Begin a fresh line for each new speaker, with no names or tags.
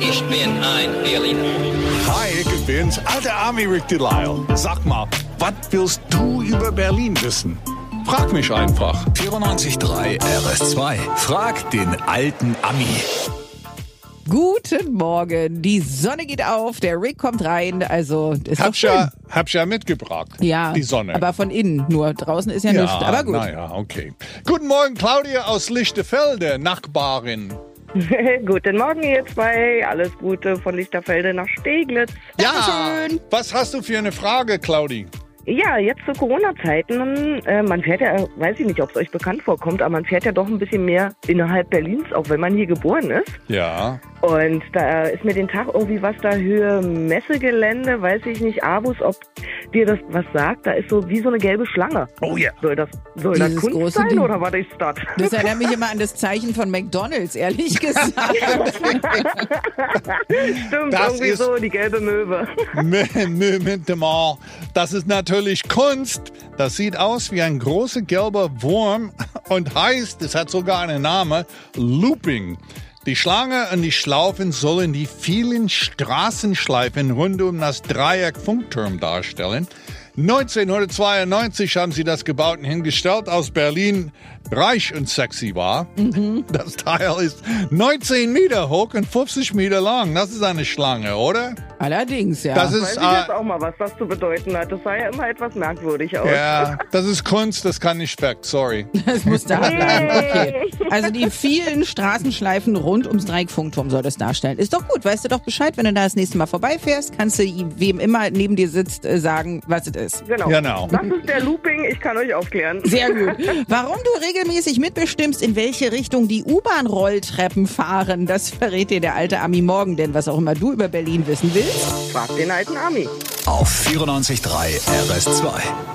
Ich bin ein Berliner.
Hi, ich bin's, alter Army Rick Delisle. Sag mal, was willst du über Berlin wissen? Frag mich einfach.
94.3 RS2. Frag den alten Ami.
Guten Morgen. Die Sonne geht auf, der Rick kommt rein. Also ist doch
Hab's
schön.
ja, hab's ja mitgebracht.
ja,
Die Sonne.
Aber von innen nur. Draußen ist ja,
ja,
nichts. Aber gut.
Naja, okay. Guten Morgen, Claudia aus Lichtefelde, Nachbarin.
Guten Morgen, ihr zwei. Alles Gute von Lichterfelde nach Steglitz.
Ja. Was hast du für eine Frage, Claudi?
Ja, jetzt zu Corona-Zeiten. Äh, man fährt ja, weiß ich nicht, ob es euch bekannt vorkommt, aber man fährt ja doch ein bisschen mehr innerhalb Berlins, auch wenn man hier geboren ist.
Ja.
Und da ist mir den Tag irgendwie was da Höhe Messegelände, weiß ich nicht, Abus, ob dir das was sagt. Da ist so wie so eine gelbe Schlange.
Oh ja.
Soll das, soll
Dieses
das Kunst
große
sein
Ding.
oder war das Stadt?
Das erinnert mich immer an das Zeichen von McDonalds, ehrlich gesagt.
Stimmt,
Das
irgendwie
ist-
so, die gelbe Möwe.
Moment mal. Das ist natürlich Kunst. Das sieht aus wie ein großer gelber Wurm und heißt, es hat sogar einen Namen, Looping. Die Schlange und die Schlaufen sollen die vielen Straßenschleifen rund um das Dreieck Funkturm darstellen. 1992 haben sie das gebaut und hingestellt, aus Berlin reich und sexy war.
Mhm.
Das Teil ist 19 Meter hoch und 50 Meter lang. Das ist eine Schlange, oder?
Allerdings, ja.
Das
Weiß
ist,
ich
äh,
jetzt auch mal, was das zu bedeuten hat. Das sah ja immer etwas merkwürdig aus.
ja, das ist Kunst, das kann nicht weg, sorry.
das muss da bleiben. Okay. Also die vielen Straßenschleifen rund ums Dreieckfunkturm soll das darstellen. Ist doch gut, weißt du doch Bescheid, wenn du da das nächste Mal vorbeifährst, kannst du ihm- wem immer neben dir sitzt äh, sagen, was es ist.
Genau.
Genau.
Das ist der Looping, ich kann euch aufklären.
Sehr gut. Warum du regelmäßig mitbestimmst, in welche Richtung die U-Bahn-Rolltreppen fahren, das verrät dir der alte Ami morgen, denn was auch immer du über Berlin wissen willst.
Frag den alten Ami.
Auf 94.3 RS2.